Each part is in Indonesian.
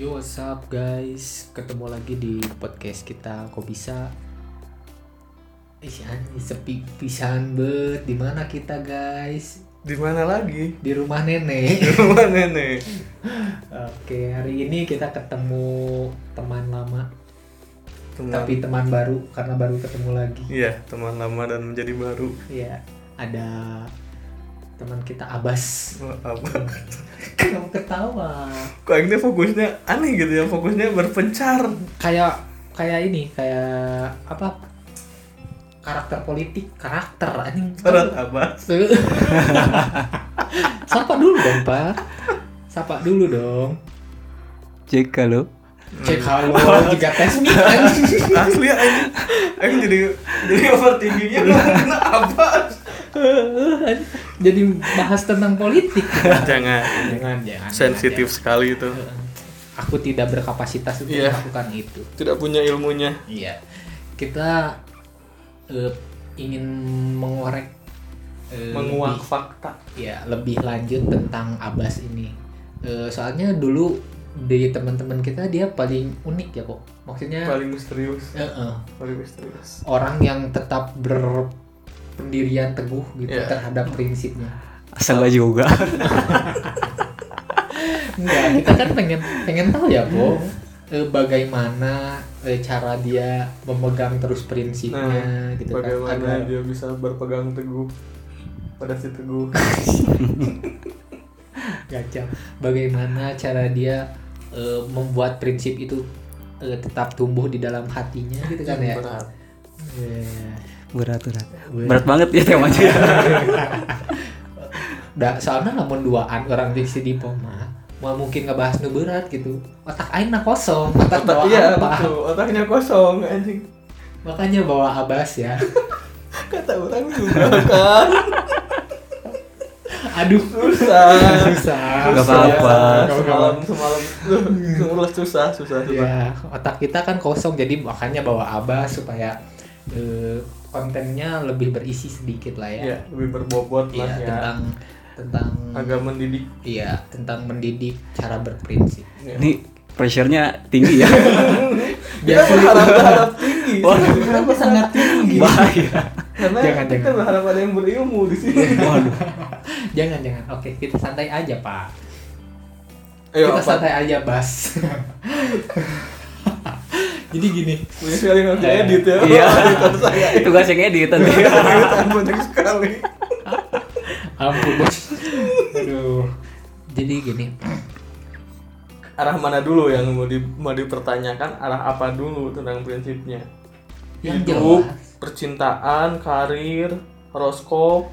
what's up guys? Ketemu lagi di podcast kita. Kok bisa? Ih, anjing, sepi pisan bet. Di mana kita guys? Di mana lagi? Di rumah Di nenek. rumah nenek. Oke, hari ini kita ketemu teman lama, Teman, tapi teman baru karena baru ketemu lagi. iya teman lama dan menjadi baru. Iya, ada teman kita Abas. Wah, Oh, Apa? Kamu ketawa. Kok ini fokusnya aneh gitu ya? Fokusnya berpencar. Kayak kayak ini, kayak apa? Karakter politik, karakter anjing. Sarat apa? Tuh. Sapa dulu dong, Pak. Sapa dulu dong. Cek kalau Cek halo juga tes mic, anjing. Asli anjing. Aku jadi jadi overthinkingnya karena apa? Jadi bahas tentang politik. Jangan. Jangan, jangan. Sensitif sekali itu. Aku tidak berkapasitas untuk Iya. melakukan itu. Tidak punya ilmunya. Iya. Kita eh, ingin mengorek eh, Menguak lebih- fakta. ya lebih lanjut tentang Abbas ini. Eh, soalnya dulu di teman-teman kita dia paling unik ya kok. Maksudnya Paling misterius. eh, eh. Paling misterius. orang yang tetap berpendirian teguh gitu Iya. terhadap prinsipnya. asal aja juga. Enggak, kita kan pengen pengen tahu ya, Bo, eh, bagaimana eh, cara dia memegang terus prinsipnya Nah, gitu kan. Bagaimana Agar- dia bisa berpegang teguh pada si teguh. Gacang. Bagaimana cara dia eh, membuat prinsip itu eh, tetap tumbuh di dalam hatinya gitu kan ya. Berat. Iya. Berat berat. Berat. Berat banget ya temanya. Da, soalnya lamun duaan orang di sini mah mau mungkin ngebahas nu berat gitu. Otak aing nah kosong, otak Otak bawa iya apa? betul, otaknya kosong anjing. Makanya bawa abas ya. Kata orang juga kan Aduh, susah. susah. Nggak apa-apa. Nggak Semalam semalam ngulas susah susah susah. Ya, otak kita kan kosong jadi makanya bawa abas supaya eh, kontennya lebih berisi sedikit lah ya. Iya, lebih berbobot Iya, lah ya. tentang tentang Agak mendidik. iya, tentang mendidik cara berprinsip. Ya. Ini pressure-nya tinggi ya. Kita Biar sulit berharap harap tinggi. Wah. kenapa sangat tinggi. Bahaya. Karena Jangan, kita jangan. Iya. berharap ada yang berilmu di sini. Waduh. jangan jangan. Oke, kita santai aja, Pak. Ayo kita apa? santai aja, Bas. jadi gini, Banyak sekali yang harus Iya. edit ya. Iya. Editor saya. Tugas yang edit nanti. Editan banyak sekali. ampun, Bos. Aduh. Jadi gini, Arah mana dulu yang mau, di- mau dipertanyakan? Arah apa dulu tentang prinsipnya? yang hidup, jelas percintaan, karir, horoskop,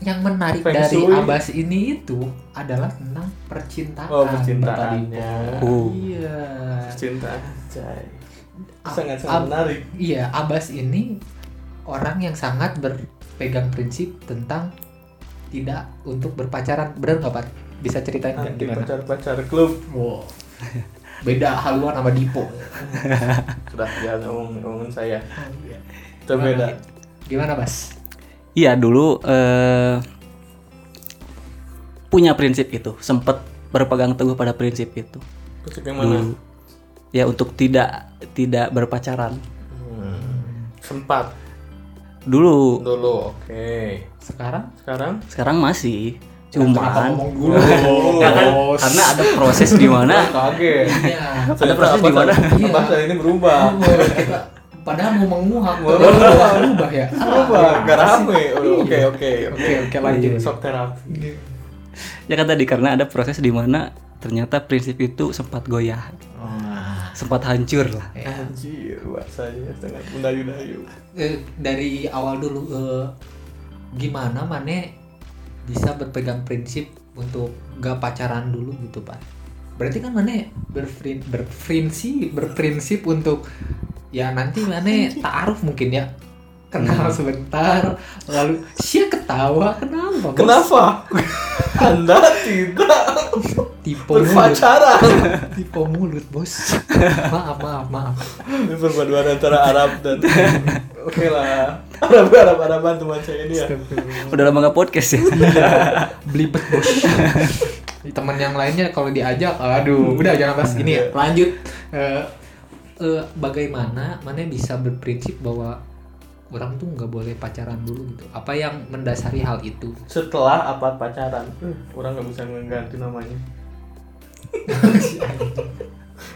yang menarik Feng dari Shui. Abbas ini itu adalah tentang percintaan. Oh, percintaan, Bapak ya. Ibu. Oh. Iya. percintaan. Anjay. Ab- Sangat ab- sangat menarik. Iya, Abbas ini orang yang sangat berpegang prinsip tentang tidak untuk berpacaran. Benar nggak, Pak? Bisa ceritain nggak Nanti gimana? pacar-pacar klub. Wow. Beda haluan sama Dipo. Sudah jangan ngomong ngomongin saya. Itu Gimana, beda. Ki? Gimana, Bas? Iya dulu eh, punya prinsip itu, sempet berpegang teguh pada prinsip itu. Prinsip yang mana? Dulu. Ya untuk tidak tidak berpacaran. Hmm, Sempat Dulu, dulu. Oke. Sekarang? Sekarang sekarang masih Kenapa cuman ngomong dulu? Ya kan? karena ada proses di mana kaget. Iya. Ada proses di mana? Iya. Bahasa ini berubah. Wow, kita padahal mau menguap, Wow. berubah, berubah ya. Iya. Berubah, gak rame. Oh, Oke, oke. Oke, Iya. oke lanjut. Sok terapi. ya kan tadi karena ada proses di mana ternyata prinsip itu sempat goyah, Wah. sempat hancur lah. Iya. Ya. Anjir, bahasanya sangat mendayu-dayu. Eh, dari awal dulu eh, gimana Mane bisa berpegang prinsip untuk gak pacaran dulu gitu pak berarti kan Mane berfrin, berprinsip berprinsip untuk ya nanti Mane taaruf mungkin ya kenal sebentar lalu sia ketawa kenapa bos? Kenapa? Anda tidak tipe mulut berpacaran tipe mulut bos maaf maaf maaf Ini perpaduan antara Arab dan Oke lah Arab Arab Araban teman saya ini ya Udah lama nggak podcast ya. belibet bos teman yang lainnya kalau diajak aduh udah jangan bahas ini ya lanjut Hmm. Eh, eh, bagaimana mana bisa berprinsip bahwa orang tuh nggak boleh pacaran dulu gitu apa yang mendasari hal itu setelah apa pacaran Eh, orang nggak bisa mengganti namanya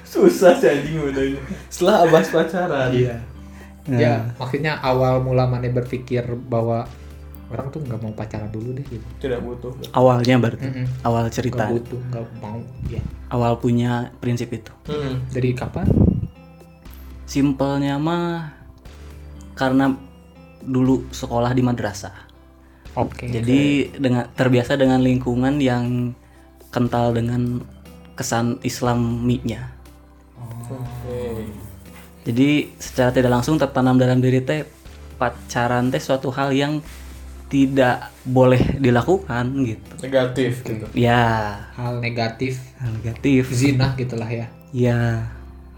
susah sih anjing ngomongnya. setelah abas pacaran Iya. ya maksudnya awal mula mana berpikir bahwa orang tuh nggak mau pacaran dulu deh gitu tidak butuh awalnya berarti Mm-mm. awal nggak cerita butuh nggak mau ya awal punya prinsip itu hmm. dari kapan simpelnya mah karena dulu sekolah di madrasah oke jadi dengan terbiasa dengan lingkungan yang kental dengan kesan islaminya oke Jadi secara tidak langsung tertanam dalam diri teh pacaran teh suatu hal yang tidak boleh dilakukan gitu. negatif gitu Ya, hal negatif hal negatif. zina gitulah ya Ya,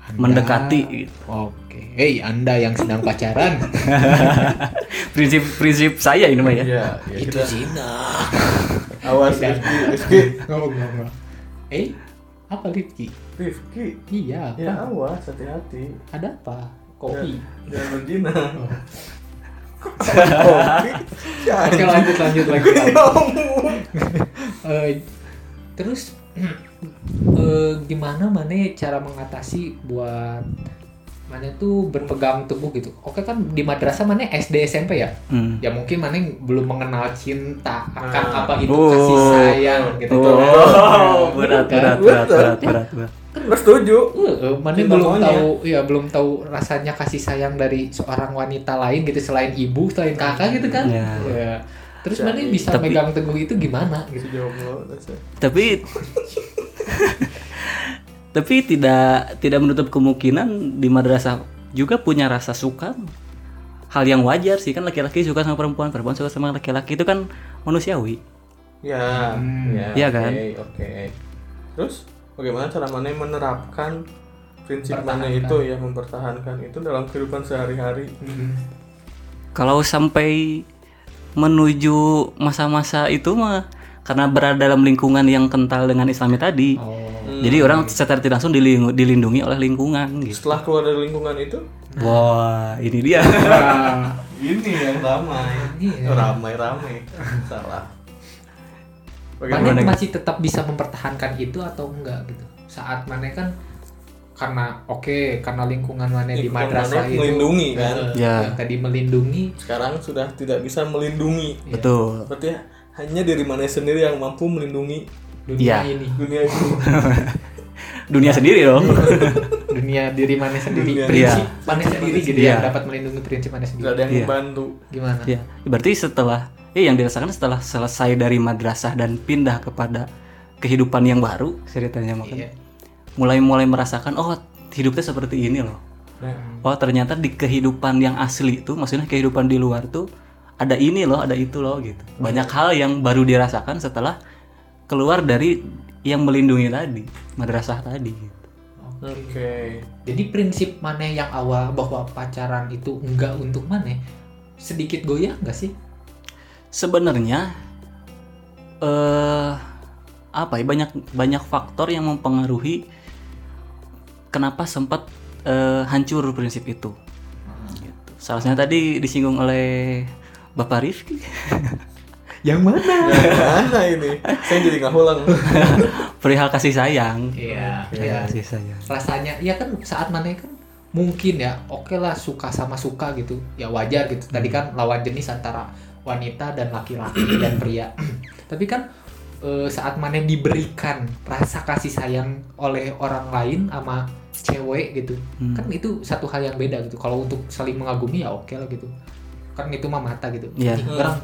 Anda- mendekati gitu. Oke, hey Anda yang sedang pacaran, prinsip prinsip saya ini mah ya. Iya, ya itu kita zina. awas Tidak. Rifki, Rifki, Ngomong ngomong. Eh, apa Rifki? Rifki, Iya, apa? ya awas hati-hati, Ada apa? Kopi. jangan berzina. Oh. Kopi, Oke jangan. lanjut lanjut lanjut. Ya lanjut. Ngomong. Eh, terus eh, gimana mana cara mengatasi buat mana tuh berpegang teguh gitu? Oke kan di madrasah mana SD SMP ya? Hmm. Ya mungkin mana belum mengenal cinta akan Nah. apa itu Oh. kasih sayang gitu. Oh, Bener berat kan? berat berat berat berat. berat. Terus Kan setuju. Eh, mana Cinta belum monyet. tahu ya belum tahu rasanya kasih sayang dari seorang wanita lain gitu selain ibu selain kakak gitu kan Ya. Ya. terus mana Jadi- bisa Tapi- megang teguh itu gimana gitu Sejauh lo, terus ya. Tapi tapi tidak tidak menutup kemungkinan di madrasah juga punya rasa suka hal yang wajar sih kan laki-laki suka sama perempuan perempuan suka sama laki-laki itu kan manusiawi Ya, Hmm. ya, Iya oke, kan? Oke. Terus bagaimana cara mana menerapkan prinsip mana Mempertahankan. itu ya mempertahankan itu dalam kehidupan sehari-hari? kalau sampai menuju masa-masa itu mah karena berada dalam lingkungan yang kental dengan islami tadi oh Hmm. jadi orang secara tidak langsung diling- dilindungi oleh lingkungan gitu setelah keluar dari lingkungan itu wah ini dia ini yang ramai, ya. Iya. Oh, ramai-ramai, salah. mana Bagaimana? gitu? masih tetap bisa mempertahankan itu atau enggak gitu saat mana kan karena oke karena lingkungan mana di Lingkungan madrasah mana itu melindungi, kan? eh, Ya. yang tadi melindungi Sekarang sudah tidak bisa melindungi. betul Berarti hanya diri mana sendiri yang mampu melindungi dunia Ya. ini dunia itu. dunia sendiri dong dunia diri mana sendiri Dunia. Ya. prinsip Iya. mana sendiri gitu Iya. ya dapat melindungi prinsip mana Tidak sendiri ada yang Iya. membantu. gimana Ya, berarti setelah ya yang dirasakan setelah selesai dari madrasah dan pindah kepada kehidupan yang baru ceritanya Iya. makanya mulai mulai merasakan oh hidupnya seperti ini loh. Nah, Oh ternyata di kehidupan yang asli itu maksudnya kehidupan di luar tuh ada ini loh, ada itu loh gitu. Iya. Banyak hal yang baru dirasakan setelah keluar dari yang melindungi tadi, madrasah tadi gitu. Oke. Jadi prinsip mana yang awal bahwa pacaran itu enggak untuk mana? Sedikit goyah enggak sih? sebenarnya eh apa ya banyak banyak faktor yang mempengaruhi kenapa sempat eh, hancur prinsip itu. Hmm. Gitu. Salahnya tadi disinggung oleh Bapak Rifki Yang mana? Ya, mana ini? Saya jadi nggak ulang. perihal kasih sayang. Iya. Perihal iya. kasih sayang. Rasanya ya kan saat mana kan mungkin ya oke lah suka sama suka gitu ya wajar gitu tadi kan lawan jenis antara wanita dan laki-laki dan pria tapi kan eh, saat mana diberikan rasa kasih sayang oleh orang lain sama cewek gitu Hmm. kan itu satu hal yang beda gitu kalau untuk saling mengagumi ya oke lah gitu kan itu mah mata gitu Iya. Ih, orang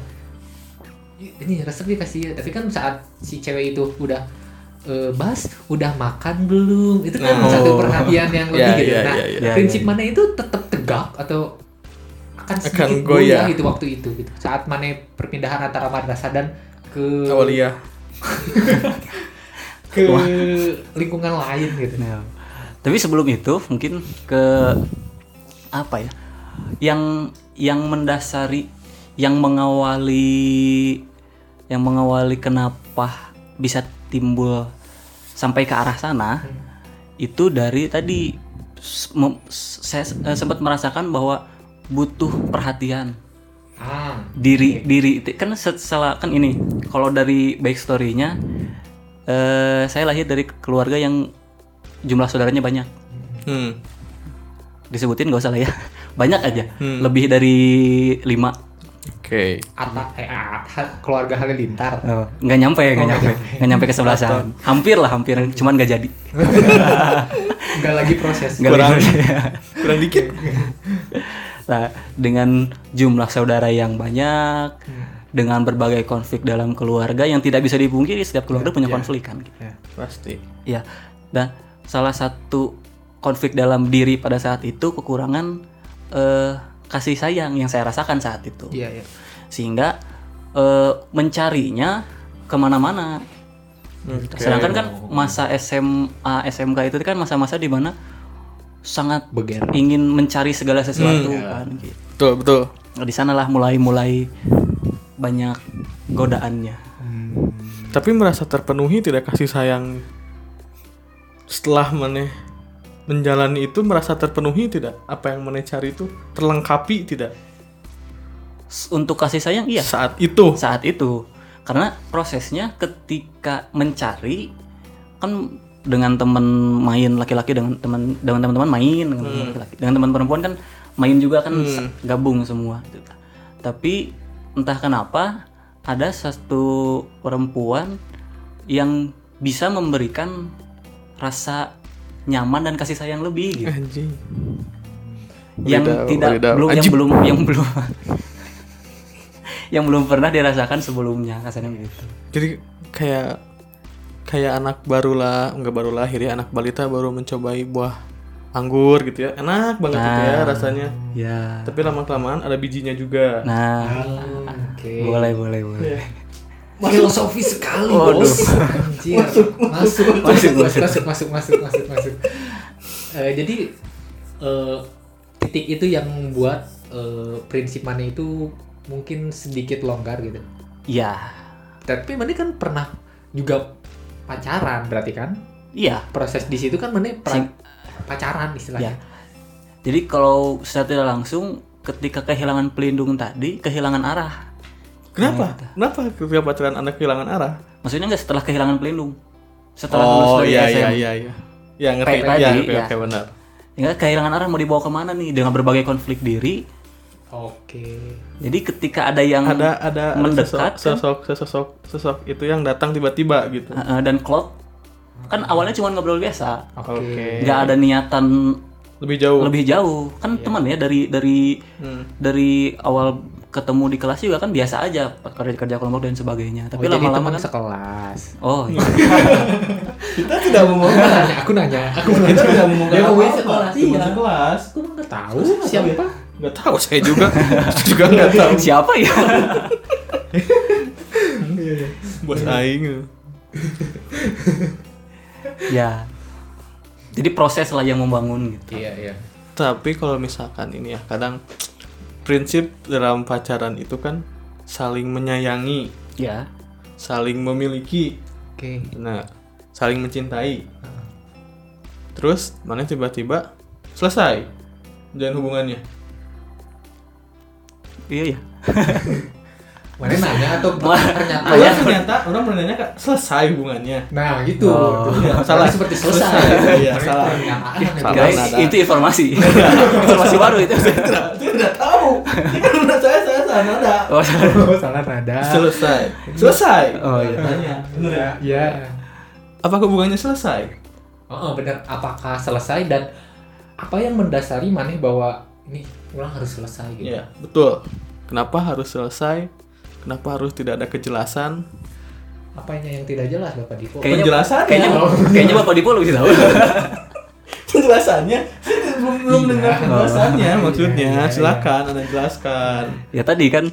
"Ih, ini resepnya kasih ya tapi kan saat si cewek itu udah eh, bas udah makan belum itu kan Nah. satu Oh. perhatian yang lebih Ya, gitu ya, nah ya, ya. prinsip Ya, ya, mana itu tetap tegak atau akan sedikit Akan goyah. goyah gitu waktu itu gitu saat mana perpindahan antara madrasah dan ke Awaliyah. ke lingkungan lain gitu Nah, Tapi sebelum itu mungkin ke apa ya? Yang yang mendasari, yang mengawali, yang mengawali kenapa bisa timbul sampai ke arah sana itu dari tadi s- mem- s- saya s- eh, sempat merasakan bahwa butuh perhatian ah diri diri itu- kan setelah kan ini kalau dari backstory-nya eh, saya lahir dari keluarga yang jumlah saudaranya banyak Hmm. disebutin gak usah lah ya banyak aja lebih dari lima Oke. Atta, eh, Atta, keluarga Halilintar Oh, nggak nyampe nggak nyampe nggak nyampe ke sebelasan hampir lah hampir cuman nggak jadi nggak lagi proses Nggak Kurang. jadi. Kurang dikit. Nah, dengan jumlah saudara yang banyak dengan berbagai konflik dalam keluarga yang tidak bisa dipungkiri setiap keluarga punya konflik kan Pasti. ya dan salah satu konflik dalam diri pada saat itu kekurangan eh, kasih sayang yang saya rasakan saat itu iya iya sehingga eh, mencarinya kemana-mana. Oke. Sedangkan kan masa SMA SMK itu kan masa-masa di mana sangat Beger. ingin mencari segala sesuatu Hmm. kan. gitu. Betul, betul. Nah, Di sanalah mulai-mulai banyak godaannya. Tapi merasa terpenuhi tidak kasih sayang setelah maneh menjalani itu merasa terpenuhi tidak? Apa yang maneh cari itu terlengkapi tidak? S- Untuk kasih sayang iya Saat itu. saat itu karena prosesnya ketika mencari kan dengan teman main laki-laki dengan teman dengan teman-teman main dengan teman laki-laki dengan teman perempuan kan main juga kan se- gabung semua gitu. tapi entah kenapa ada satu perempuan yang bisa memberikan rasa nyaman dan kasih sayang lebih gitu Anjing. yang Wadidaw, tidak wadidaw. belum yang Ajib. belum yang belum yang belum pernah dirasakan sebelumnya gitu. kasarnya begitu Jadi kayak kayak anak barulah nggak baru lahir ya anak balita baru mencobai buah anggur gitu ya enak banget gitu ya Nah. rasanya ya tapi lama kelamaan ada bijinya juga Iya. nah Oh, oke boleh boleh boleh filosofi sekali bos Anjir. masuk masuk masuk masuk masuk masuk masuk masuk Eh, jadi eh, titik itu yang membuat eh, prinsip mana itu mungkin sedikit longgar gitu iya tapi mana kan pernah juga pacaran berarti kan iya proses di situ kan mana pra- pacaran ya istilahnya jadi kalau secara tidak langsung ketika kehilangan pelindung tadi kehilangan arah Iya, kenapa kenapa ketika pacaran anak kehilangan arah maksudnya nggak setelah kehilangan pelindung setelah oh lulus dari iya SMA. iya iya iya ya ngerti Kayak ya tadi, oke ya. oke benar Sehingga Ya, kehilangan arah mau dibawa kemana nih dengan berbagai konflik diri oke jadi ketika ada yang ada ada ada Mendekat, kan? sosok, sosok sosok sosok itu yang datang tiba-tiba gitu eh, eh, dan klop kan awalnya cuma ngobrol biasa oke nggak ada niatan lebih jauh lebih jauh kan teman ya dari dari Hmm. dari awal ketemu di kelas juga kan biasa aja kerja kerja kelompok dan sebagainya Oh, tapi jadi lama-lama teman kan sekelas oh iya. kita tidak mau aku nanya aku nanya aku nanya kita tidak mau Dia ngomongin sekelas sekelas, teman iya. sekelas aku nggak tahu siapa nggak tahu saya juga Saya juga nggak tahu siapa ya bos Iya. aing ya jadi proses lah yang membangun gitu iya iya tapi kalau misalkan ini ya kadang prinsip dalam pacaran itu kan saling menyayangi ya saling memiliki oke nah saling mencintai terus mana tiba-tiba selesai jalan hubungannya iya ya mana nanya atau ternyata orang ternyata orang menanya Kak, selesai hubungannya nah gitu Iya, salah seperti selesai Iya, salah. Pernyataan yang biasa. Salah. guys nada. itu informasi informasi baru itu tidak tahu menurut saya saya sana ada oh, salah. Oh, salah nada selesai selesai Oh, iya. Tanya, bener ya iya apa hubungannya selesai oh, oh, benar apakah selesai dan apa yang mendasari maneh bahwa ini ulang harus selesai gitu Iya, betul. Kenapa harus selesai? Kenapa harus tidak ada kejelasan? apanya yang tidak jelas bapak Dipo Kayaknya- penjelasan kayaknya ya. kayaknya bapak Dipo lebih tahu Penjelasannya? Saya tidak- belum belum Iya. dengar penjelasannya Oh. maksudnya. Iya, iya, iya. Silakan Anda jelaskan. ya tadi kan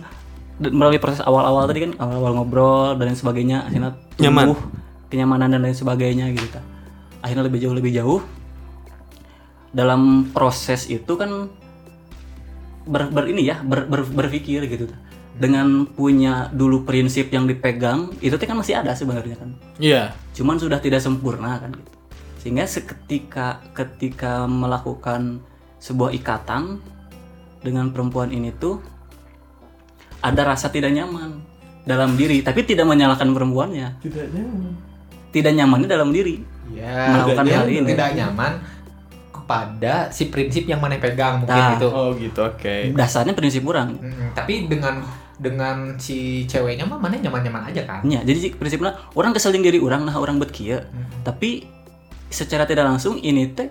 d- melalui proses awal-awal tadi kan awal-awal ngobrol dan lain sebagainya akhirnya tumbuh kenyamanan dan lain sebagainya gitu kan akhirnya lebih jauh lebih jauh dalam proses itu kan ber, ber- ini ya ber, ber- berpikir gitu Ta. dengan punya dulu prinsip yang dipegang itu teh kan masih ada sebenarnya kan Iya. cuman sudah tidak sempurna kan gitu. sehingga seketika ketika melakukan sebuah ikatan dengan perempuan ini tuh ada rasa tidak nyaman dalam diri tapi tidak menyalahkan perempuannya Tidak ya. nyaman. tidak nyamannya dalam diri ya Melakukan dia hal ini. tidak nyaman kepada si prinsip yang mana pegang mungkin Nah. gitu Oh gitu, oke. dasarnya prinsip kurang Mm-mm. tapi dengan dengan si ceweknya mah mana nyaman-nyaman aja kan Ya, jadi prinsipnya orang kesel jeung diri orang nah orang bet kieu. Tapi secara tidak langsung ini teh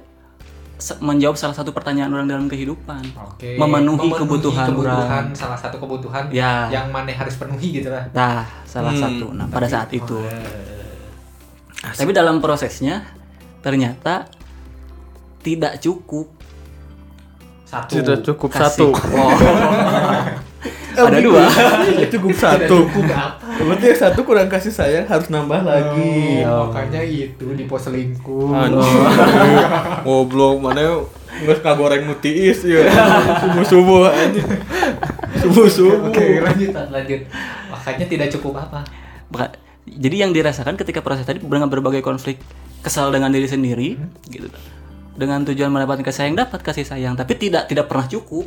se- menjawab salah satu pertanyaan orang dalam kehidupan. Oke. Memenuhi kebutuhan kebutuhan salah satu kebutuhan Ya, yang mana harus penuhi gitu lah nah salah Hmm, satu. Nah, pada saat itu. Asik. Tapi dalam prosesnya ternyata tidak cukup satu Sudah cukup satu. kasih- Oh. gitu. Ada dua. cukup Tidak satu. cukup apa Berarti yang satu kurang kasih sayang harus nambah lagi. Oh, makanya itu di pos selingkuh Anjing. Goblok mana nggak kagoreng mutiis ya. Subuh-subuh anjing. Subuh-subuh. oke lanjut lanjut makanya tidak cukup apa Maka- jadi yang dirasakan ketika proses tadi dengan berbagai konflik kesal dengan diri sendiri Hmm. gitu dengan tujuan mendapatkan kasih sayang dapat kasih sayang tapi tidak tidak pernah cukup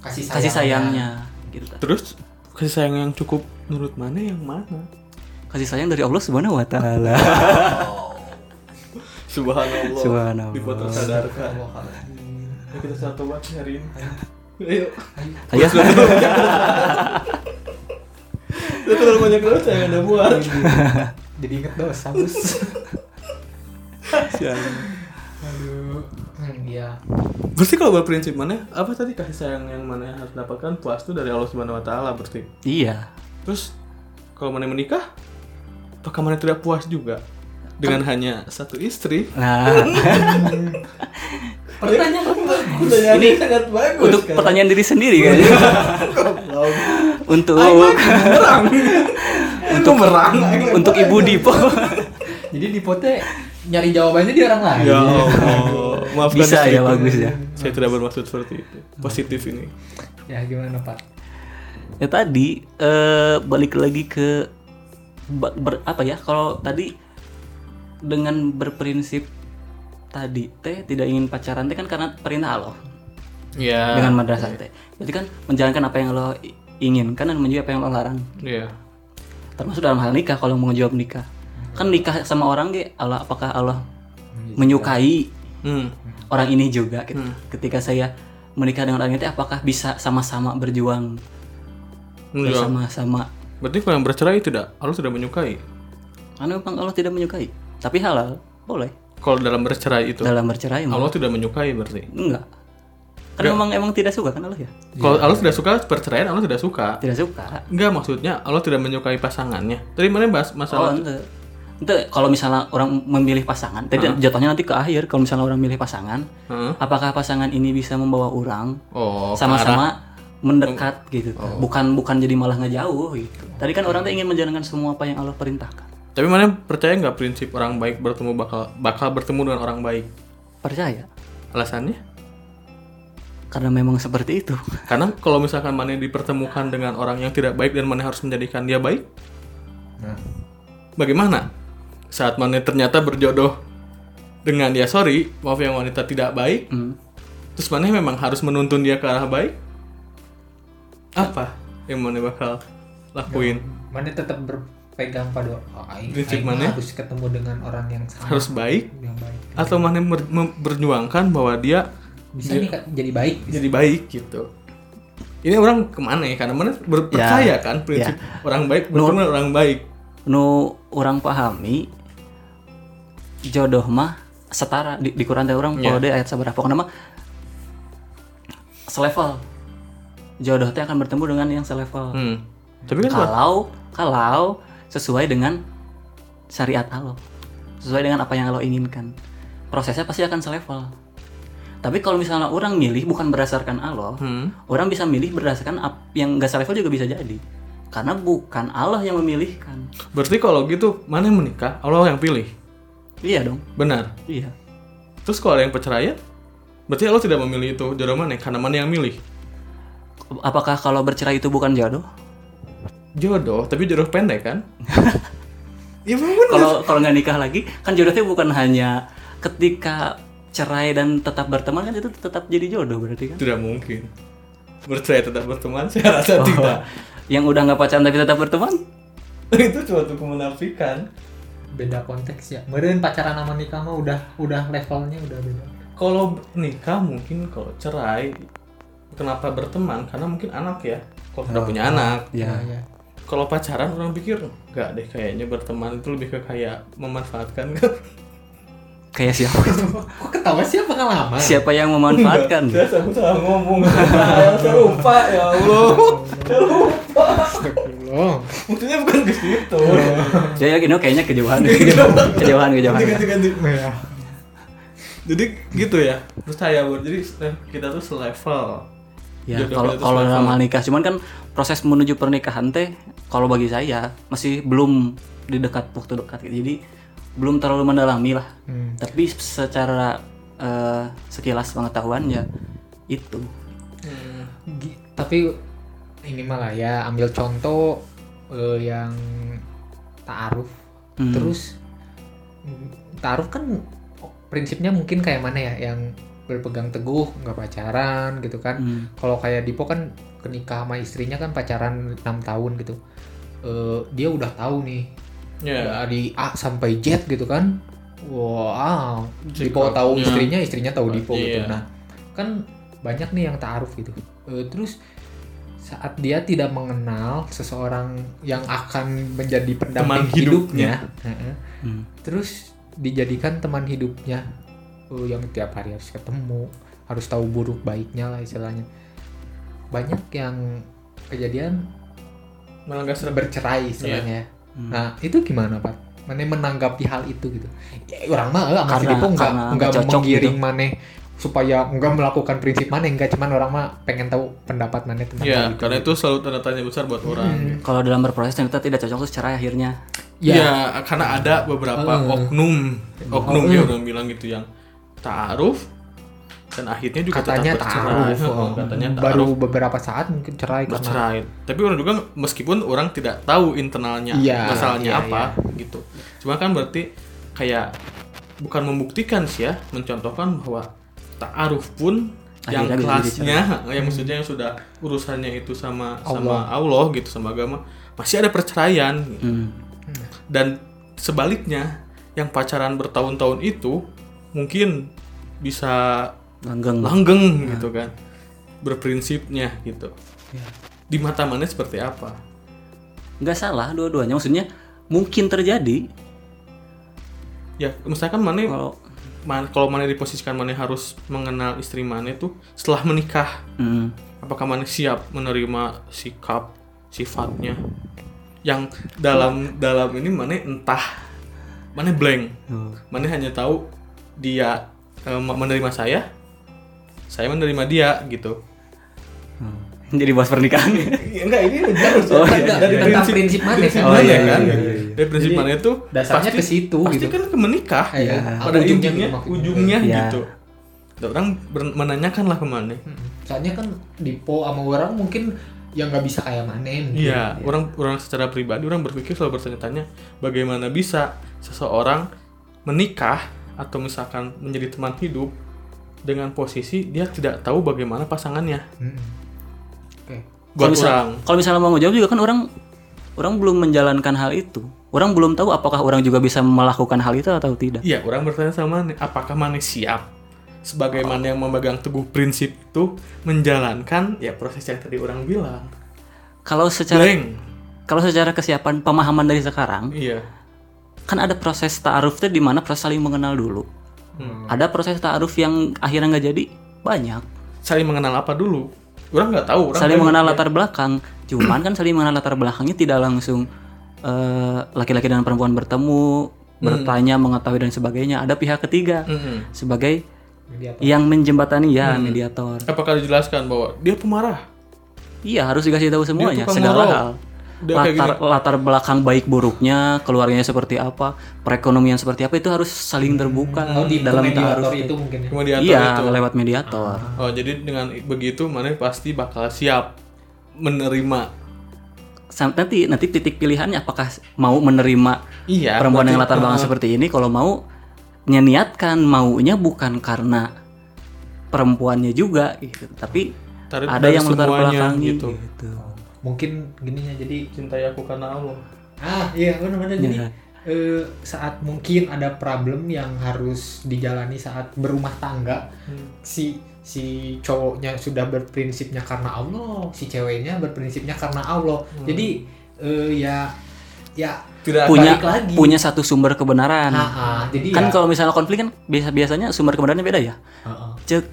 kasih sayang kasih sayangnya gitu Terus kasih sayang yang cukup menurut mana yang mana? kasih sayang dari Allah Subhanahu wa taala Subhanallah. Subhanallah. Dibuat tersadarkan. Ayo kita satu buat hari ini. Ayo. Ayo. Iya. Itu terlalu banyak dosa saya udah buat. jadi inget dosa bos Iya, aduh Hmm, iya Berarti kalau berprinsip mana? Apa tadi kasih sayang yang mana yang harus dapatkan puas itu dari Allah Subhanahu Wa Taala berarti. iya Terus kalau mana menikah, apakah mana tidak puas juga dengan hanya satu istri? nah Pertanyaan ini sangat bagus. untuk pertanyaan diri sendiri kan untuk Untuk merang. untuk ibu Dipo jadi di pote nyari jawabannya di orang lain Ya Allah, maafkan Bisa ya, istriku. bagus ya. Saya tidak bermaksud seperti itu. Positif ini. ya gimana pak ya tadi eh, balik lagi ke ba- ber- apa ya kalau tadi dengan berprinsip tadi teh tidak ingin pacaran teh kan karena perintah Allah Ya. dengan madrasah teh berarti kan menjalankan apa yang Allah i- inginkan dan menjauhi apa yang Allah larang Iya. termasuk dalam hal nikah kalau mau jawab nikah kan nikah sama orang ge Allah apakah Allah Iya. menyukai Hmm. orang ini juga gitu. ketika saya menikah dengan orang itu apakah bisa sama-sama berjuang Iya. bersama-sama Berarti kalau yang bercerai tidak, Allah tidak menyukai. karena memang Allah tidak menyukai tapi halal boleh Kalau dalam bercerai itu, dalam Iya. bercerai mah. Allah tidak menyukai berarti. enggak kan memang emang tidak suka kan Allah ya Kalau Allah tidak suka perceraian, Allah tidak suka. tidak suka Enggak maksudnya Allah tidak menyukai pasangannya. Tadi mana bahas oh, masalah ente. Ente, kalau misalnya orang memilih pasangan tadi jatuhnya nanti ke akhir kalau misalnya orang milih pasangan Heeh. apakah pasangan ini bisa membawa orang Oh, ke arah- Oh. sama-sama mendekat gitu bukan bukan jadi malah ngejauh gitu tadi kan orang tuh ingin menjalankan semua apa yang Allah perintahkan Tapi mana percaya nggak prinsip orang baik bertemu bakal bakal bertemu dengan orang baik? percaya Alasannya? karena memang seperti itu Karena kalau misalkan mana dipertemukan dengan orang yang tidak baik dan mana harus menjadikan dia baik, nah bagaimana? Saat mana ternyata berjodoh dengan ya sorry, maaf yang wanita tidak baik, Hmm. terus mana memang harus menuntun dia ke arah baik? Apa yang mana bakal lakuin? mana tetap berpegang pada oh, aing, Prinsip aing mana? harus ketemu dengan orang yang sama Harus baik yang baik Kan atau mana mer- mem- berjuangkan bahwa dia bisa Iya. nih Kak, jadi baik jadi baik gitu ini orang kemana ya karena mana ber- percaya kan prinsip orang baik bertemu dengan orang baik nu orang pahami jodoh mah setara di, di Quran teh orang poho deui ayat sabarapa pokoknya mah selevel jodoh teh akan bertemu dengan yang selevel hmm. tapi kan kalau kalau sesuai dengan syariat Allah sesuai dengan apa yang Allah inginkan prosesnya pasti akan selevel tapi kalau misalnya orang milih bukan berdasarkan Allah hmm. orang bisa milih berdasarkan ap- yang nggak selevel juga bisa jadi karena bukan Allah yang memilihkan berarti kalau gitu mana yang menikah Allah yang pilih iya dong benar iya terus kalau ada yang perceraian berarti Allah tidak memilih itu jodoh mana karena mana yang milih apakah kalau bercerai itu bukan jodoh jodoh tapi jodoh pendek kan ya bener kalau kalau nggak nikah lagi kan jodohnya bukan hanya ketika cerai dan tetap berteman kan itu tetap jadi jodoh berarti kan tidak mungkin bercerai tetap berteman saya rasa tidak yang udah nggak pacaran tapi tetap berteman itu suatu kemunafikan beda konteks ya meren pacaran sama nikah mah udah udah levelnya udah beda kalau nikah mungkin kalau cerai kenapa berteman karena mungkin anak ya kalau sudah punya anak Nah, ya ya. Iya. kalau pacaran orang pikir nggak deh kayaknya berteman itu lebih ke kayak memanfaatkan kan kayak siapa kok ketawa sih pengalaman siapa yang memanfaatkan Saya aku salah ngomong saya lupa ya allah saya lupa Astagfirullah. maksudnya bukan ke situ ya ya ini kayaknya kejauhan kejauhan kejauhan, kejauhan. ganti ganti ganti jadi gitu ya percaya Bur. jadi se- kita tuh selevel Ya, Jodoh kalau kita tuh kalau selevel. dalam hal nikah, cuman kan proses menuju pernikahan teh kalau bagi saya masih belum di dekat waktu dekat. gitu. Jadi belum terlalu mendalami lah. Hmm. Tapi secara eh, sekilas pengetahuannya itu Hmm, Gi- tapi ini malah ya ambil contoh eh, yang taaruf Hmm. terus mm, taaruf kan prinsipnya mungkin kayak mana ya yang berpegang teguh nggak pacaran gitu kan Hmm. kalau kayak Dipo kan kenikah sama istrinya kan pacaran 6 tahun gitu Eh, dia udah tahu nih ya dari A sampai Z gitu kan wow Dipo Sikapnya. tahu istrinya istrinya tahu Dipo gitu Nah. Iya. nah kan banyak nih yang taaruf gitu Eh, terus saat dia tidak mengenal seseorang yang akan menjadi pendamping Teman hidupnya, heeh, Hmm. terus dijadikan teman hidupnya eh, yang tiap hari harus ketemu harus tahu buruk baiknya lah istilahnya banyak yang kejadian malah nggak serba bercerai Iya. istilahnya Hmm. Nah, itu gimana, Pak? Mane menanggapi hal itu gitu. Ya, orang mah eh, sama si Karena- Dipo nggak karena nggak nggak cocok gitu. menggiring Mane supaya nggak melakukan prinsip Mane, nggak cuman orang mah pengen tahu pendapat Mane tentang hal ya itu. karena itu selalu tanda tanya besar buat Hmm. orang gitu. Kalau dalam berproses ternyata tidak cocok terus cerai akhirnya. Ya. Ya, karena ada beberapa Heeh. oknum, oknum Oknum. ya orang bilang gitu yang ta'aruf dan akhirnya juga katanya tetap bercerai. taaruf, Heeh, oh. katanya baru ta'aruf beberapa saat mungkin cerai karena bercerai. Tapi orang juga meskipun orang tidak tahu internalnya Iya, masalahnya iya, apa gitu. Cuma kan berarti kayak bukan membuktikan sih ya, mencontohkan bahwa ta'aruf pun yang Akhirnya bisa kelasnya, yang maksudnya yang sudah urusannya itu sama Hmm. sama Allah. Allah gitu sama agama masih ada perceraian. gitu Hmm. dan sebaliknya yang pacaran bertahun-tahun itu mungkin bisa Langgeng. langgeng gitu kan berprinsipnya gitu di mata mana seperti apa Nggak salah dua-duanya. Maksudnya mungkin terjadi ya misalkan mana kalau man- kalau mana diposisikan mana harus mengenal istri mana itu setelah menikah Hmm. apakah mana siap menerima sikap sifatnya yang dalam dalam ini mana entah mana blank Mane hanya tahu dia eh, menerima saya, saya menerima dia gitu. Hmm. Jadi bahas pernikahan. enggak ini harus Oh, iya, Tentang- dari tentang prinsip prinsip Mane kan. mana Oh, iya, kan? iya, iya, Dari prinsip Jadi, mana itu dasarnya pasti- ke situ Pasti gitu. kan ke menikah Iya. Pada Ujungnya ujungnya maksudnya. ujungnya Iya. gitu. Dan orang ber- menanyakan lah ke Mane. Mm-mm. Soalnya kan Dipo sama orang mungkin yang nggak bisa kayak gitu. Mane. mungkin. Iya, orang orang secara pribadi orang berpikir selalu bertanya-tanya bagaimana bisa seseorang menikah atau misalkan menjadi teman hidup dengan posisi dia tidak tahu bagaimana pasangannya. Mm-mm. Hmm. Oke. Kalau Buat misal- orang. Kalau misalnya mau ngejawab juga kan orang orang belum menjalankan hal itu. Orang belum tahu apakah orang juga bisa melakukan hal itu atau tidak. Iya, orang bertanya sama Mane, apakah Mane siap sebagaimana yang memegang teguh prinsip itu menjalankan ya proses yang tadi orang bilang. Kalau secara Blank. kalau secara kesiapan pemahaman dari sekarang, Iya. kan ada proses ta'aruf teh di mana proses saling mengenal dulu. Hmm. Ada proses ta'aruf yang akhirnya nggak jadi banyak. Saling mengenal apa dulu? Orang nggak tahu. Orang saling blank. mengenal latar belakang. Cuman kan saling mengenal latar belakangnya tidak langsung eh, laki-laki dan perempuan bertemu, bertanya, mengetahui dan sebagainya. Ada pihak ketiga Mm-mm. sebagai Mediator. yang menjembatani ya mediator. Apakah dijelaskan bahwa dia pemarah? Iya harus dikasih tahu semuanya tukang segala ngorok. hal. Dia kayak Latar, latar belakang baik buruknya, keluarganya seperti apa, perekonomian seperti apa itu harus saling terbuka Oh, di dalam mediator taaruf. itu Ah. mungkin ya. Kemudian Iya, itu. lewat mediator. Oh, jadi dengan begitu Mane pasti bakal siap menerima sam- nanti nanti titik pilihannya apakah mau menerima Ya, Iya. perempuan berarti- yang latar belakang Heeh. seperti ini kalau mau nyeniatkan maunya bukan karena perempuannya juga gitu tapi Tarik ada dari yang latar semuanya, belakangnya gitu. gitu. mungkin gininya jadi Cintai aku karena Allah. ah iya benar-benar jadi Ya. eh, saat mungkin ada problem yang harus dijalani saat berumah tangga Hmm. si si cowoknya sudah berprinsipnya karena Allah si ceweknya berprinsipnya karena Allah jadi eh, ya ya Tidak punya balik lagi. punya satu sumber kebenaran ah, ah, jadi kan ya, kalau misalnya konflik kan biasa biasanya sumber kebenarannya beda ya Heeh. cek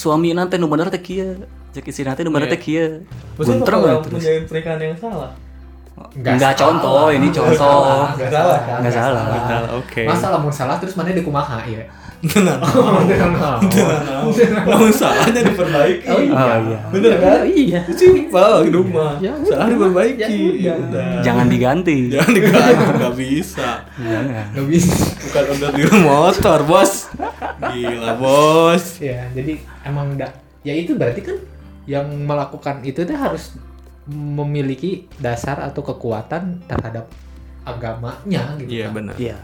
suami nanti nu bener teh kieu cek istri nanti nu bener Iya. teh kieu Maksudnya Buntreng kalau ya terus. menjalin pernikahan yang salah. Nggak Nggak salah. contoh, ini Nggak contoh. salah, kan? Nggak salah, nggak salah. Nggak salah, oke. Masalah mau salah terus mana dikumaha ya? Tenang. Oh, tenang. Oh, Namun salahnya diperbaiki. Oh, iya. Oh, iya. Bener kan? iya Simpel di rumah. Ya udah. Salah diperbaiki. Ya udah. jangan diganti Jangan diganti, nggak bisa. jangan Nggak bisa. Bukan udah di motor, bos. Gila, bos. Ya, jadi emang enggak. Ya itu berarti kan yang melakukan itu dia harus memiliki dasar atau kekuatan terhadap agamanya gitu. Iya kan. benar. iya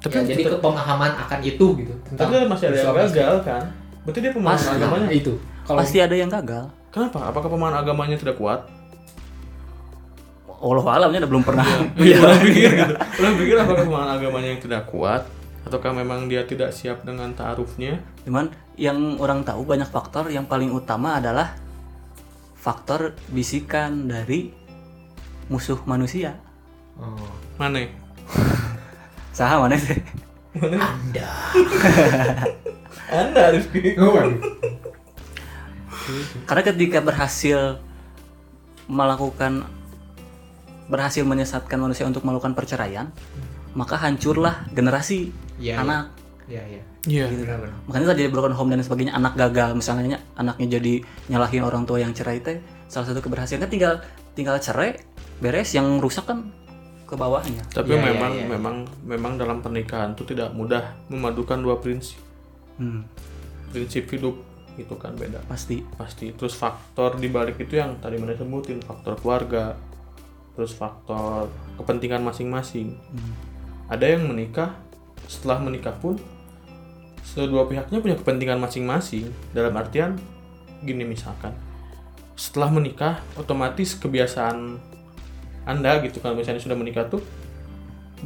Tapi Ya, jadi kepemahaman akan itu gitu. tapi Tentang masih ada yang Islam. gagal kan? Berarti dia pemahaman Pasti. agamanya. Nah, itu. Kalau pasti ada yang gagal Kenapa? Apakah pemahaman agamanya tidak kuat? Allah alamnya udah belum pernah Iya, orang pikir gitu. Orang pikir apakah pemahaman agamanya yang tidak kuat? Ataukah memang dia tidak siap dengan taarufnya? Cuman yang orang tahu banyak faktor yang paling utama adalah faktor bisikan dari musuh manusia. Oh. Mana? Saha mana sih? Anda. Anda Rifki. Oh, waduh. Karena ketika berhasil melakukan berhasil menyesatkan manusia untuk melakukan perceraian, maka hancurlah generasi Iya, anak. Iya, iya. Iya. Benar-benar. Makanya tadi broken home dan sebagainya anak gagal misalnya anaknya jadi nyalahin orang tua yang cerai teh salah satu keberhasilannya tinggal tinggal cerai beres yang rusak kan ke bawahnya. Tapi Iya, iya, memang iya. memang memang dalam pernikahan itu tidak mudah memadukan dua prinsip. Hmm, Prinsip hidup itu kan beda. pasti. pasti terus faktor dibalik itu yang tadi mana sebutin faktor keluarga terus faktor kepentingan masing-masing Hmm. ada yang menikah setelah menikah pun kedua pihaknya punya kepentingan masing-masing dalam artian gini misalkan setelah menikah otomatis kebiasaan anda gitu kan misalnya sudah menikah tuh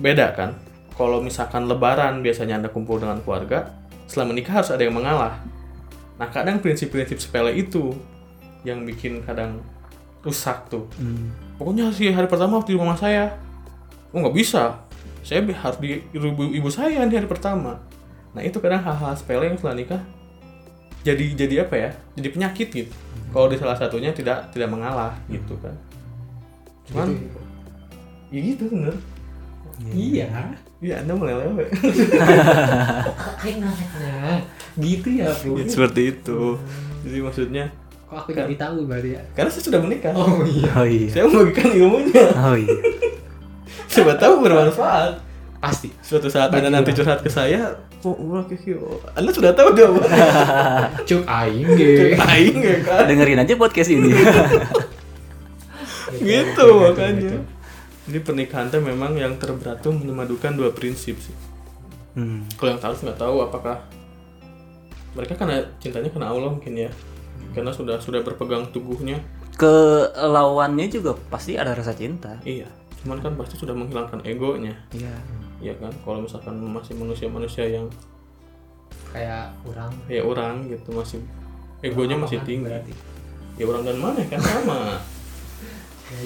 beda kan kalau misalkan lebaran biasanya anda kumpul dengan keluarga setelah menikah harus ada yang mengalah nah kadang prinsip-prinsip sepele itu yang bikin kadang rusak tuh Hmm. pokoknya si hari pertama waktu di rumah saya oh nggak bisa saya bi- harus di ibu, ibu saya di hari pertama nah itu kadang hal-hal sepele yang setelah nikah jadi jadi apa ya jadi penyakit gitu kalau di salah satunya tidak tidak mengalah gitu kan cuman Gitu. ya gitu bener Iya. ya anda meleleh Kok enaknya gitu ya, Bro. seperti itu Hmm. jadi maksudnya Kok aku jadi tahu berarti ya? karena saya sudah menikah Oh iya. Oh iya. saya membagikan ilmunya Oh iya. siapa tahu bermanfaat Pasti. suatu saat Bagi anda nanti orang. curhat ke saya "Oh, kok ulah kekio anda sudah tahu dong Cuk aing ge. aing ya kan Dengerin aja podcast ini. Iya, gitu makanya jadi pernikahan teh memang yang terberat tuh memadukan dua prinsip sih Hmm. kalau yang tahu nggak tahu apakah mereka karena cintanya karena Allah mungkin ya karena sudah sudah berpegang tubuhnya Ke lawannya juga pasti ada rasa cinta. iya cuman kan pasti sudah menghilangkan egonya Iya. iya kan kalau misalkan masih manusia-manusia yang Kayak orang kayak orang gitu masih egonya orang masih tinggi berarti. ya orang dan mana kan sama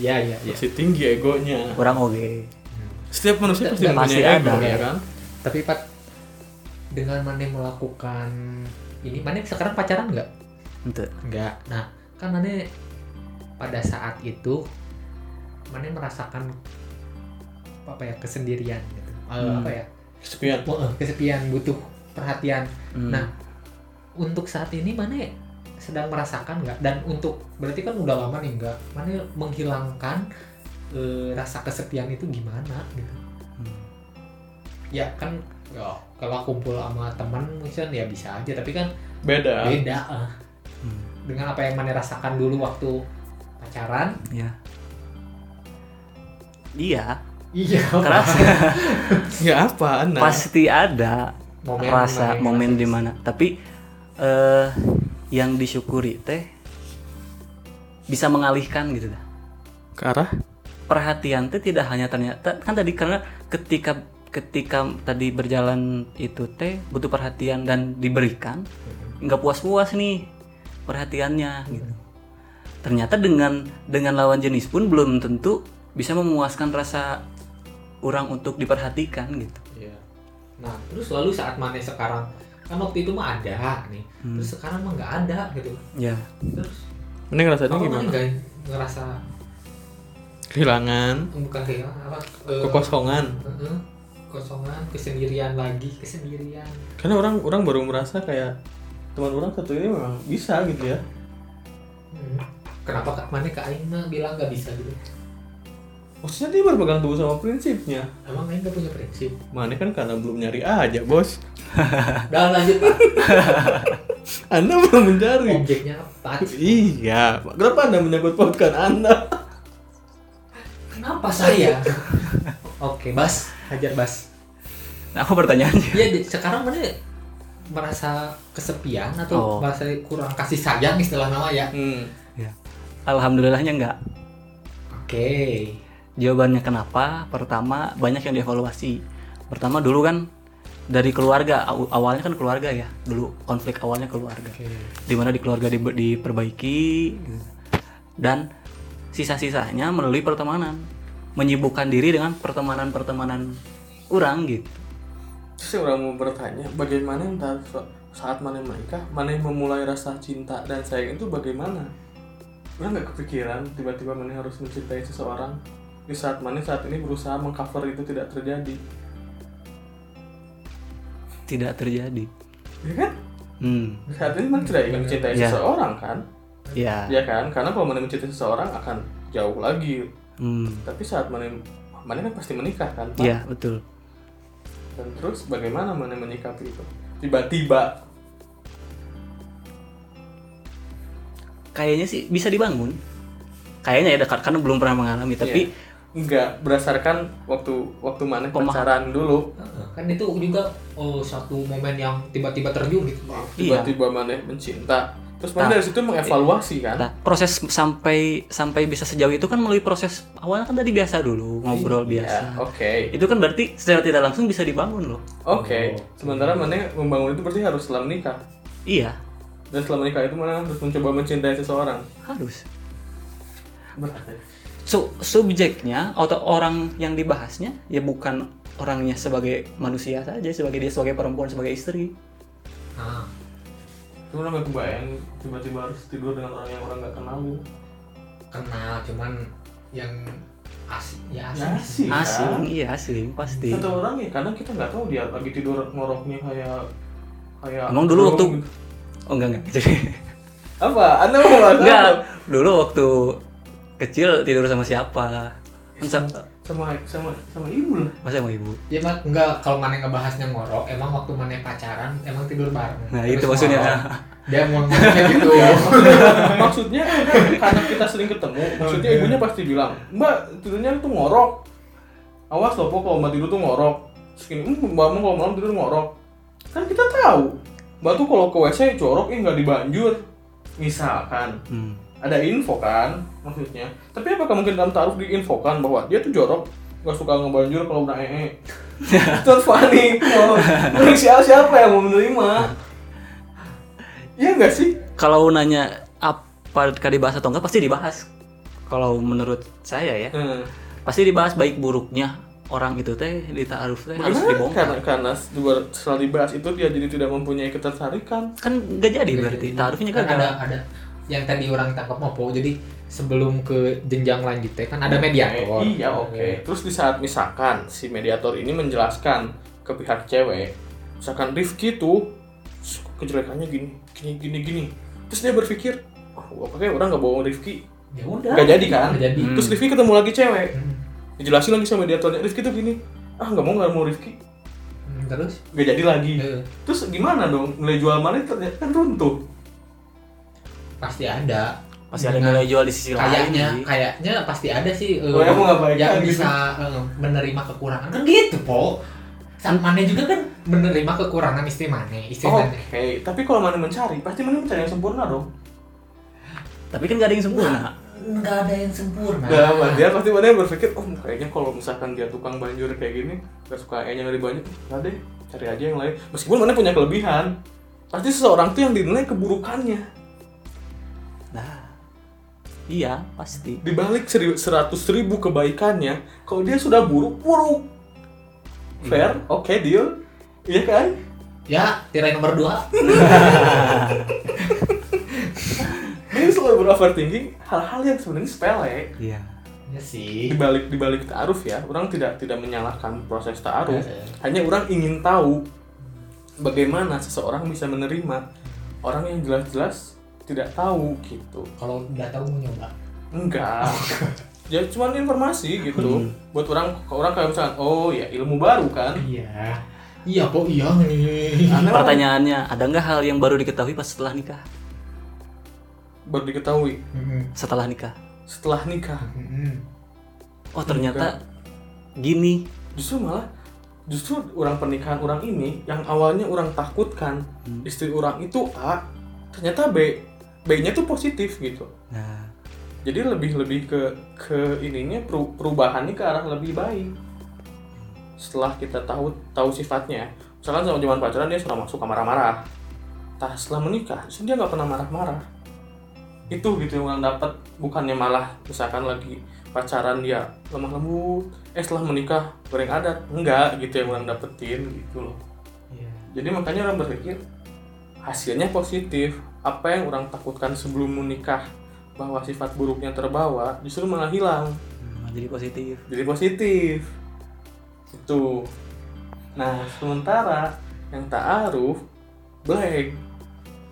Ya ya ya. masih tinggi egonya Orang oge. setiap manusia pasti Pasti punya ada. ego ya kan Tapi Pat dengan Mane melakukan ini Mane sekarang pacaran nggak? Ente. Nggak. Nah, kan Mane pada saat itu Mane merasakan apa ya kesendirian gitu. Eh, Hmm. apa ya? sekian Wah, kesepian butuh perhatian Hmm. Nah, untuk saat ini mana ya sedang merasakan nggak? Dan untuk berarti kan udah lama nih nggak? Mana ya menghilangkan eh, rasa kesepian itu gimana? Gitu. Hmm. Ya kan ya, kalau kumpul sama teman mungkin ya bisa aja, tapi kan beda beda ah. Hmm. dengan apa yang mana rasakan dulu waktu pacaran. Ya. Iya, Iya. keras ya apa nah pasti ada Momen rasa dimana- momen di mana. Tapi eh, yang disyukuri teh bisa mengalihkan gitu dah. ke arah Perhatian teh tidak hanya ternyata kan tadi karena ketika ketika tadi berjalan itu teh butuh perhatian dan diberikan nggak puas-puas nih perhatiannya gitu. Ternyata dengan dengan lawan jenis pun belum tentu bisa memuaskan rasa orang untuk diperhatikan gitu. Iya. Nah, terus lalu saat mana sekarang kan waktu itu mah ada nih. Hmm. Terus sekarang mah nggak ada gitu. Ya, Terus mending rasanya kamu mana gimana nggak ngerasa kehilangan bukan kehilangan apa? eh, kekosongan eh, kosongan, kesendirian lagi, kesendirian. karena orang orang baru merasa kayak teman orang satu ini memang bisa gitu ya Hmm. Kenapa Kak Mane Kak Aing mah bilang nggak bisa gitu? maksudnya dia berpegang teguh sama prinsipnya Emang Aing nggak punya prinsip? mana kan karena belum nyari aja bos Dan lanjut Pak. anda belum mencari Objeknya apa? iya kenapa anda menyebut podcast anda Kenapa saya? Oke, Bas, hajar Bas. nah, aku pertanyaannya. Iya, di- sekarang mana merasa kesepian atau Oh. merasa kurang kasih sayang istilah nama ya? hmm. Alhamdulillahnya enggak. Oke. Jawabannya kenapa? Pertama, banyak yang dievaluasi. Pertama dulu kan dari keluarga, aw- awalnya kan keluarga ya. Dulu konflik awalnya keluarga. Dimana di keluarga di- diperbaiki gitu. dan sisa-sisanya melalui pertemanan. Menyibukkan diri dengan pertemanan-pertemanan orang gitu. terus yang orang mau bertanya bagaimana entar saat mana menikah mana yang memulai rasa cinta dan sayang itu bagaimana Mana nggak kepikiran tiba-tiba mana harus mencintai seseorang di saat mana saat ini berusaha mengcover itu tidak terjadi Tidak terjadi. ya kan Hmm, saat ini mana tidak ingin mencintai Ya. seseorang kan ya. ya kan karena kalau mana mencintai seseorang akan jauh lagi Hmm, tapi saat mana mana kan pasti menikah kan Pak? ya, betul. dan terus bagaimana mana menyikapi itu tiba-tiba Kayaknya sih bisa dibangun. Kayaknya ya dekat karena belum pernah mengalami, tapi enggak berdasarkan waktu waktu mana Pemahaman. pacaran dulu Heeh, Kan itu juga oh, satu momen yang tiba-tiba terjun gitu. Iya. tiba-tiba maneh mencinta terus Nah. mana dari situ mengevaluasi kan Nah, proses sampai sampai bisa sejauh itu kan melalui proses awalnya kan tadi biasa dulu ngobrol Iya, biasa. oke Itu kan berarti secara tidak langsung bisa dibangun loh. oke Oh. sementara maneh membangun itu berarti harus setelah menikah Iya, dan setelah menikah itu mana harus mencoba mencintai seseorang harus. berarti So, subjeknya atau orang yang dibahasnya ya bukan orangnya sebagai manusia saja, sebagai dia sebagai perempuan, sebagai istri. Nah, itu orang nggak kebayang tiba-tiba harus tidur dengan orang yang orang nggak kenal gitu. kenal cuman yang asik ya asik. Asik, kan? Asing, iya asing pasti. Satu orang ya kadang kita nggak tahu dia lagi tidur ngoroknya kayak kayak Emang dulu ngorok waktu- gitu. Oh enggak enggak. Jadi apa? Anda mau bahas apa? enggak. Dulu waktu kecil tidur sama siapa? Kan sa- sama sama sama ibu lah. Masa sama ibu? Ya mah enggak kalau mana ngebahasnya ngorok, emang waktu mana pacaran emang tidur bareng. Nah, Terus itu maksudnya. ngorok. Dia mau ngomongnya gitu. maksudnya karena kita sering ketemu, maksudnya ibunya pasti bilang, "Mbak, tidurnya tuh ngorok." Awas loh, Pok, kalau mbak tidur tuh ngorok. Terus gini, "Hmm, mbak mau kalau malam tidur ngorok. Kan kita tahu, mbak tuh kalau ke WC jorok, ini eh, nggak dibanjur. Misalkan, Hmm. ada info kan maksudnya tapi apakah mungkin dalam taruh diinfokan bahwa dia tuh jorok nggak suka ngebanjur kalau E udah ee itu harus panik mau Terus siapa siapa yang mau menerima Iya nggak sih kalau nanya apakah dibahas atau enggak pasti dibahas kalau menurut saya ya hmm. pasti dibahas baik buruknya orang itu teh di ta'aruf teh harus Bagaimana dibongkar karena, karena juga setelah dibahas itu dia jadi tidak mempunyai ketertarikan kan nggak jadi berarti Nah, ta'arufnya kan ada gagal ada yang tadi orang tangkap mopo jadi sebelum ke jenjang lanjutnya kan ada mediator. Eh, iya oke terus di saat misalkan si mediator ini menjelaskan ke pihak cewek misalkan Rifki tuh "Suh, kejelekannya gini gini gini gini terus dia berpikir oh oke orang nggak bohong Rifki Ya udah. nggak jadi kan Nggak jadi. terus Rifki ketemu lagi cewek Hmm. dijelasin lagi sama mediatornya Rifki tuh gini ah nggak mau nggak mau Rifki Hmm, Terus nggak jadi lagi eh, terus gimana dong nilai jual mana ternyata kan runtuh pasti ada Nah, Pasti ada nilai jual di sisi lain. gitu. kayaknya sih. kayaknya pasti ada sih eh, Oh, ya, mau ngapain yang kan? bisa eh, menerima kekurangan kan gitu po saat mana juga kan menerima kekurangan istri mana istri Oke, mana tapi kalau mana mencari, pasti mana mencari yang sempurna dong. Tapi kan gak ada yang sempurna. nggak ada yang sempurna Dalam dia pasti mana yang berpikir, oh kayaknya kalau misalkan dia tukang banjir kayak gini, gak suka kayaknya dari banjir, lah deh, cari aja yang lain. Meskipun mana punya kelebihan, pasti seseorang tuh yang dinilai keburukannya. Nah, iya pasti. Di balik seri- seratus ribu kebaikannya, kalau dia sudah buruk, buruk. Fair, oke deal, iya kan? ya tirai nomor dua Dia selalu beroverthinking hal-hal yang sebenarnya sepele. Iya. ya di sih balik di balik taaruf ya orang tidak tidak menyalahkan proses taaruf Eh. hanya orang ingin tahu bagaimana seseorang bisa menerima orang yang jelas-jelas tidak tahu gitu kalau nggak tahu mau nyoba enggak ya cuman informasi gitu buat orang orang kayak misalkan oh ya ilmu baru kan iya iya po iya nih Karena orang Pertanyaannya, ada nggak hal yang baru diketahui pas setelah nikah? baru diketahui Mm-mm. Setelah nikah. setelah nikah Mm-mm. Oh ternyata gini. justru malah justru orang pernikahan orang ini yang awalnya orang takutkan Hmm. istri orang itu A ternyata B B-nya tuh positif gitu Nah, jadi lebih lebih ke ke ininya peru- perubahannya ke arah lebih baik setelah kita tahu tahu sifatnya misalkan sama zaman pacaran dia suka masuk marah-marah tah setelah menikah justru dia nggak pernah marah-marah itu gitu yang orang dapat bukannya malah misalkan lagi pacaran dia lemah lembut eh setelah menikah goreng adat enggak gitu yang orang dapetin gitu loh Iya. jadi makanya orang berpikir hasilnya positif. Apa yang orang takutkan sebelum menikah bahwa sifat buruknya terbawa justru malah hilang. hmm, jadi positif. Jadi positif. Itu. Nah, sementara yang ta'aruf black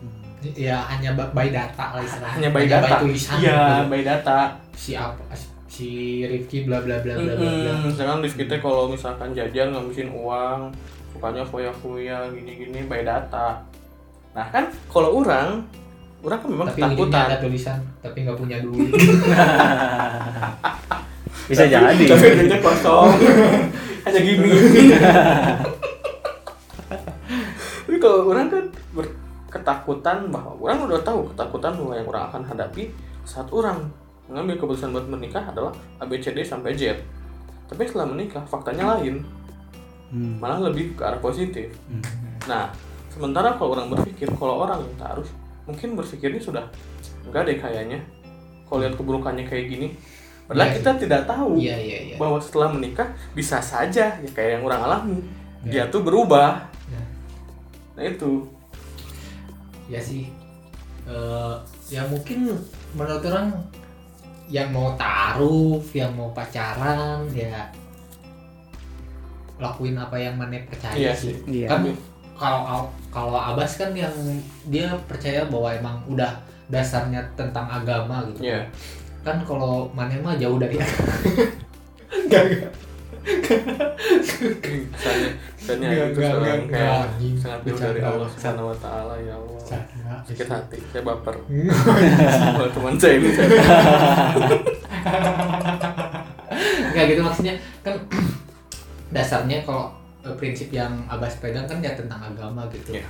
Hmm. ya hanya ba- by data lah istilahnya hanya by data. tulisan Iya, gitu. by data. si apa si- si Rifki bla bla bla bla bla bla Mm-mm. Misalkan di kita kalau misalkan jajan ngabisin uang, sukanya foya-foya gini-gini by data. Nah, kan kalau orang orang kan memang tapi ujungnya ketakutan. ada tulisan tapi nggak punya duit Bisa jadi. tapi duitnya kosong hanya gini tapi kalau orang kan ber- ketakutan bahwa orang udah tahu ketakutan bahwa yang orang akan hadapi saat orang mengambil keputusan buat menikah adalah ABCD sampai Z tapi setelah menikah faktanya lain Hmm. malah lebih ke arah positif Hmm. Nah, sementara kalau orang berpikir, kalau orang yang taruh, mungkin berpikirnya sudah enggak deh kayaknya. Kalau lihat keburukannya kayak gini, padahal Iya, kita tidak tahu iya iya iya bahwa setelah menikah bisa saja ya kayak yang orang alami, dia Iya. tuh berubah. Iya. Nah itu ya sih Eh, ya mungkin menurut orang yang mau taruh yang mau pacaran ya lakuin apa yang mana percaya Iya sih. sih. Iya. kan kalau kalau Abbas kan yang dia percaya bahwa emang udah dasarnya tentang agama gitu ya. kan kalau mana mah jauh dari Iya. agama Enggak, enggak. Misalnya, misalnya Enggak, itu enggak, seorang enggak, kayak enggak. sangat jauh dari Bercanda. Allah Subhanahu Wa Taala ya Allah. Enggak. Sakit hati, saya baper. Enggak Kalau teman saya ini saya baper. gitu maksudnya kan dasarnya kalau eh, prinsip yang Abbas pegang kan ya tentang agama gitu. Iya.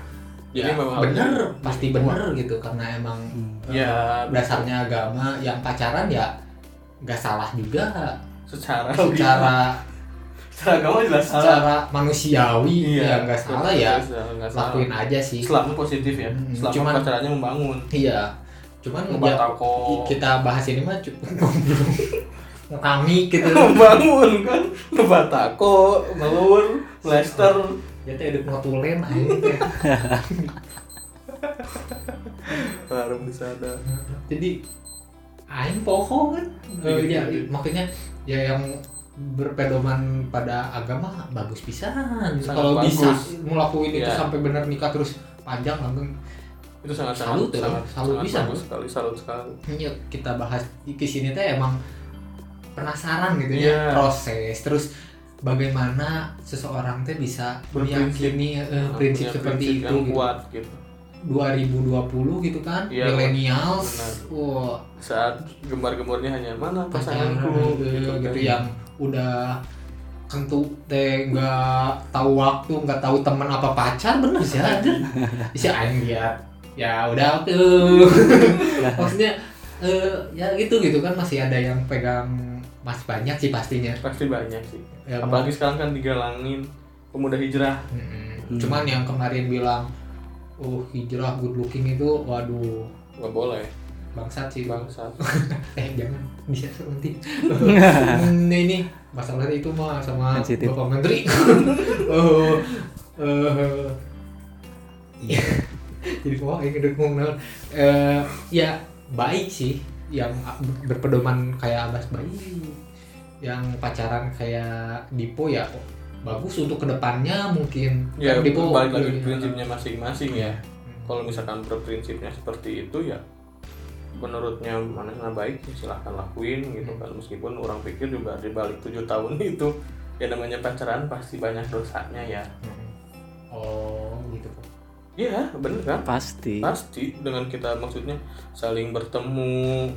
Jadi memang bener, pasti bener gitu karena emang Hmm. eh, Ya, dasarnya agama yang pacaran ya nggak salah juga secara gitu. secara secara agama jelas salah. secara manusiawi ya nggak salah ya nggak salah. lakuin aja sih. Selama positif ya, Hmm, selama cuman- pacarannya membangun, Iya. Cuman ya, membuat toko, kita bahas ini mah cukup kami gitu. membangun kan, membuat toko, melur, blaster, Ya teh hidup ngotulen aja teh. baru bisa ada. jadi aing poho kan Eh, Iya, ya, iya. maksudnya ya yang berpedoman pada agama bagus pisan Sangat kalau bisa bagus. ngelakuin itu Iya. sampai benar nikah terus panjang langgeng Itu sangat Salut ya, sangat, salut sangat bisa. bagus sekali, salut sekali. ya kita bahas di sini teh emang penasaran gitu Iya. ya proses terus bagaimana seseorang teh bisa Berprinsip. meyakini eh, Nah, prinsip punya seperti prinsip itu yang gitu. kuat gitu. 2020 gitu kan Iya, millennials wah saat gemar-gemarnya hanya mana pasangan pasanganku gitu, gitu kan. yang udah kentu teh nggak tahu waktu nggak tahu teman apa pacar bener sih ada si Aing ya ya udah tuh maksudnya eh, ya gitu gitu kan masih ada yang pegang masih banyak sih pastinya pasti banyak sih Ya, apalagi sekarang kan digalangin pemuda hijrah Mm-mm. cuman yang kemarin bilang oh hijrah good looking itu waduh nggak boleh bangsat sih bangsat eh jangan bisa nanti Kan- Hmm, ini ini masalah itu mah sama Sensitif. bapak menteri oh eh, iya. jadi wah ini udah ngomong naon. Eh, ya baik sih yang a- berpedoman kayak abas baik yang pacaran kayak Dipo ya oh, bagus untuk kedepannya mungkin ya Kan Dipo balik lagi iya. prinsipnya masing-masing ya kalau misalkan berprinsipnya seperti itu ya menurutnya mana yang baik ya silahkan lakuin gitu kan meskipun orang pikir juga di balik tujuh tahun itu ya namanya pacaran pasti banyak dosanya ya Mm. oh gitu iya bener kan pasti pasti dengan kita maksudnya saling bertemu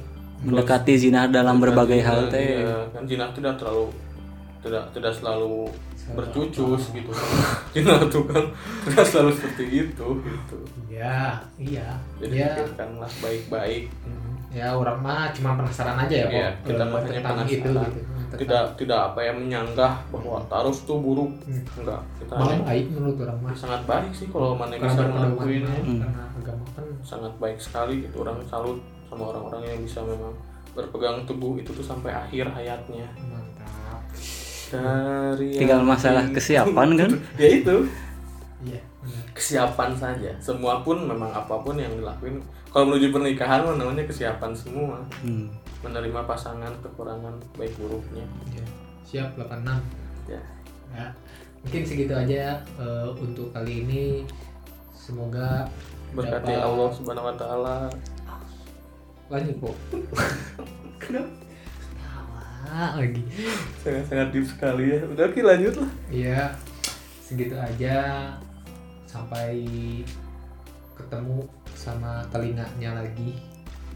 mendekati zina dalam berbagai hal Iya, teh kan zina tidak terlalu tidak tidak selalu Selalu bercucus gitu zina itu kan tidak selalu seperti itu gitu ya iya jadi ya pikirkanlah baik-baik Hmm, ya orang mah cuma penasaran aja ya kok Iya, kita eh, mah hanya tentang penasaran. itu gitu Tentang- tidak tidak apa yang menyanggah bahwa taruh tuh buruk enggak kita malah Hmm. baik menurut orang mah sangat baik sih kalau mana karena bisa berpedoman ngelakuinnya mah, karena agama kan ya. sangat baik sekali gitu orang salut sama orang-orang yang bisa memang berpegang teguh itu tuh sampai akhir hayatnya mantap dari tinggal yang- masalah kesiapan kan ya itu iya benar. kesiapan saja semua pun memang apapun yang dilakuin kalau menuju pernikahan mah namanya kesiapan semua Hmm. menerima pasangan kekurangan baik buruknya Iya. siap 86 ya ya mungkin segitu aja eh, untuk kali ini semoga berkati dapat- Allah subhanahu wa taala lanjut kok kenapa Ketawa lagi sangat sangat deep sekali ya udah oke lanjut lah Iya, segitu aja. Sampai ketemu sama telinganya lagi.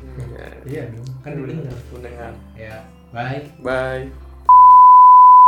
ya, Iya dong, Hmm. Iya, kan udah dengar. mendengar Ya, bye. bye